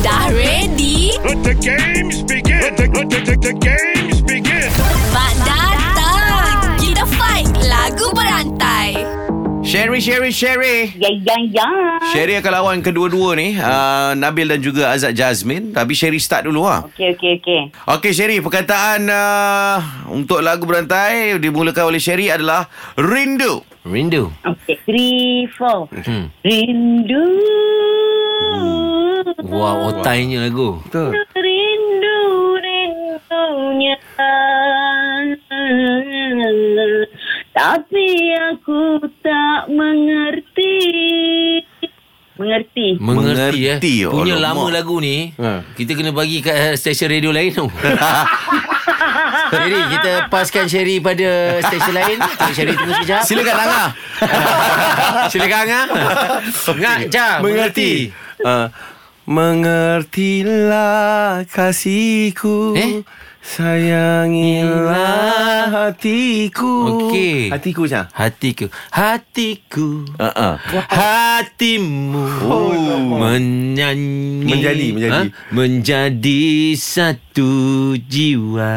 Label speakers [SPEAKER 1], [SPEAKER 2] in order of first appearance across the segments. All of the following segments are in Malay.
[SPEAKER 1] Dah ready?
[SPEAKER 2] Let the games begin. Let the, let the, the, the games begin.
[SPEAKER 1] Mak datang! Kita fight lagu berantai.
[SPEAKER 3] Sherry, Sherry, Sherry.
[SPEAKER 4] Ya, ya, ya.
[SPEAKER 3] Sherry akan lawan kedua-dua ni. Uh, Nabil dan juga Azad Jazmin. Tapi Sherry start dulu ha.
[SPEAKER 4] Okey, okey, okey.
[SPEAKER 3] Okey Sherry, perkataan uh, untuk lagu berantai dimulakan oleh Sherry adalah rindu.
[SPEAKER 5] Rindu.
[SPEAKER 4] Okey. Three, four. Rindu.
[SPEAKER 5] Wah, otainya lagu. Betul.
[SPEAKER 4] Rindu, rindunya. Tapi aku tak mengerti. Mengerti.
[SPEAKER 5] Hmm. Mengerti,
[SPEAKER 3] Mengerti,
[SPEAKER 5] eh. Punya
[SPEAKER 3] Allah
[SPEAKER 5] lama
[SPEAKER 3] mak.
[SPEAKER 5] lagu ni.
[SPEAKER 3] Ha.
[SPEAKER 5] Kita kena bagi kat stesen radio lain tu. Sherry, kita paskan Sherry pada stesen lain. Tengok Sherry tunggu sekejap.
[SPEAKER 3] Silakan Angah.
[SPEAKER 5] Silakan Angah. Ngak, jam.
[SPEAKER 6] Ah, Mengerti. Uh, mengertilah kasihku.
[SPEAKER 5] Eh?
[SPEAKER 6] Sayangilah hatiku.
[SPEAKER 5] Okey.
[SPEAKER 6] Hatiku macam
[SPEAKER 5] Hatiku Hatiku
[SPEAKER 3] Uh-uh.
[SPEAKER 5] Hatimu Menyanyi
[SPEAKER 6] Menjadi, menjadi.
[SPEAKER 5] ha? Menjadi satu jiwa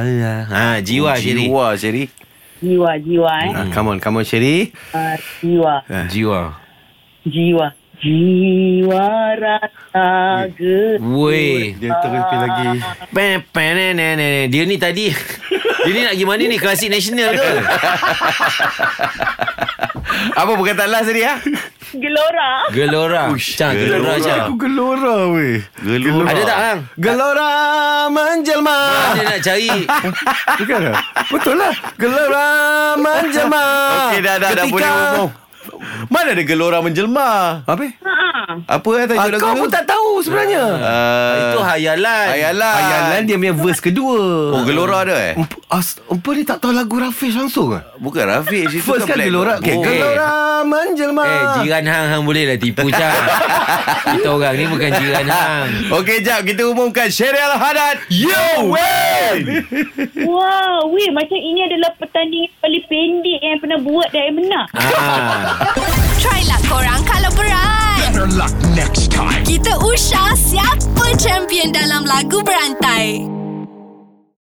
[SPEAKER 5] ha, Jiwa Sherry
[SPEAKER 3] Oh, Jiwa Sherry. Hmm.
[SPEAKER 4] Jiwa, jiwa eh.
[SPEAKER 6] Ah, come on, come on Sherry.
[SPEAKER 4] Ah, jiwa.
[SPEAKER 5] Jiwa
[SPEAKER 4] Jiwa. Jiwa rasa gerak.
[SPEAKER 5] Weh
[SPEAKER 6] Dia terus pilih lagi.
[SPEAKER 5] Pe- pe- ne- ne- ne- ne. Dia ni tadi Dia ni nak pergi mana ni Klasik nasional ke
[SPEAKER 3] Apa perkataan last tadi ha?
[SPEAKER 4] Gelora.
[SPEAKER 5] Gelora Cang Gelora Cang
[SPEAKER 6] gelora weh.
[SPEAKER 3] Ah. Gelora.
[SPEAKER 5] Ada tak hang
[SPEAKER 6] Gelora menjelma.
[SPEAKER 5] Mana nak cari
[SPEAKER 6] Bukan lah. Betul lah. Gelora menjelma.
[SPEAKER 3] Okey dah dah dah
[SPEAKER 6] Ketika-
[SPEAKER 3] boleh umum. Mana ada gelora menjelma?
[SPEAKER 6] Apa?
[SPEAKER 4] Ha.
[SPEAKER 3] Apa
[SPEAKER 6] Ah,
[SPEAKER 3] eh tajuk lagu
[SPEAKER 6] kau
[SPEAKER 3] tu?
[SPEAKER 6] pun tak tahu sebenarnya.
[SPEAKER 3] Uh,
[SPEAKER 5] Itu hayalan
[SPEAKER 3] Hayalan.
[SPEAKER 6] Hayalan dia punya verse kedua.
[SPEAKER 3] Oh gelora ada eh?
[SPEAKER 6] Emp, as, empa ni tak tahu lagu Rafish langsung ke?
[SPEAKER 3] Bukan Rafiq situ
[SPEAKER 6] First kan
[SPEAKER 3] Black
[SPEAKER 6] gelora
[SPEAKER 3] Boy.
[SPEAKER 6] okay.
[SPEAKER 5] Oh.
[SPEAKER 6] Gelora menjelma
[SPEAKER 5] Eh jiran hang hang boleh lah tipu Cang Kita orang ni bukan jiran hang
[SPEAKER 3] Okey jap kita umumkan Sherry Al-Hadad You win
[SPEAKER 4] Wow, weh macam ini adalah pertandingan paling pendek yang pernah buat dan yang menang.
[SPEAKER 5] Ah,
[SPEAKER 1] Try lah korang kalau berat. Better luck next time. Kita usah siapa champion dalam lagu berantai.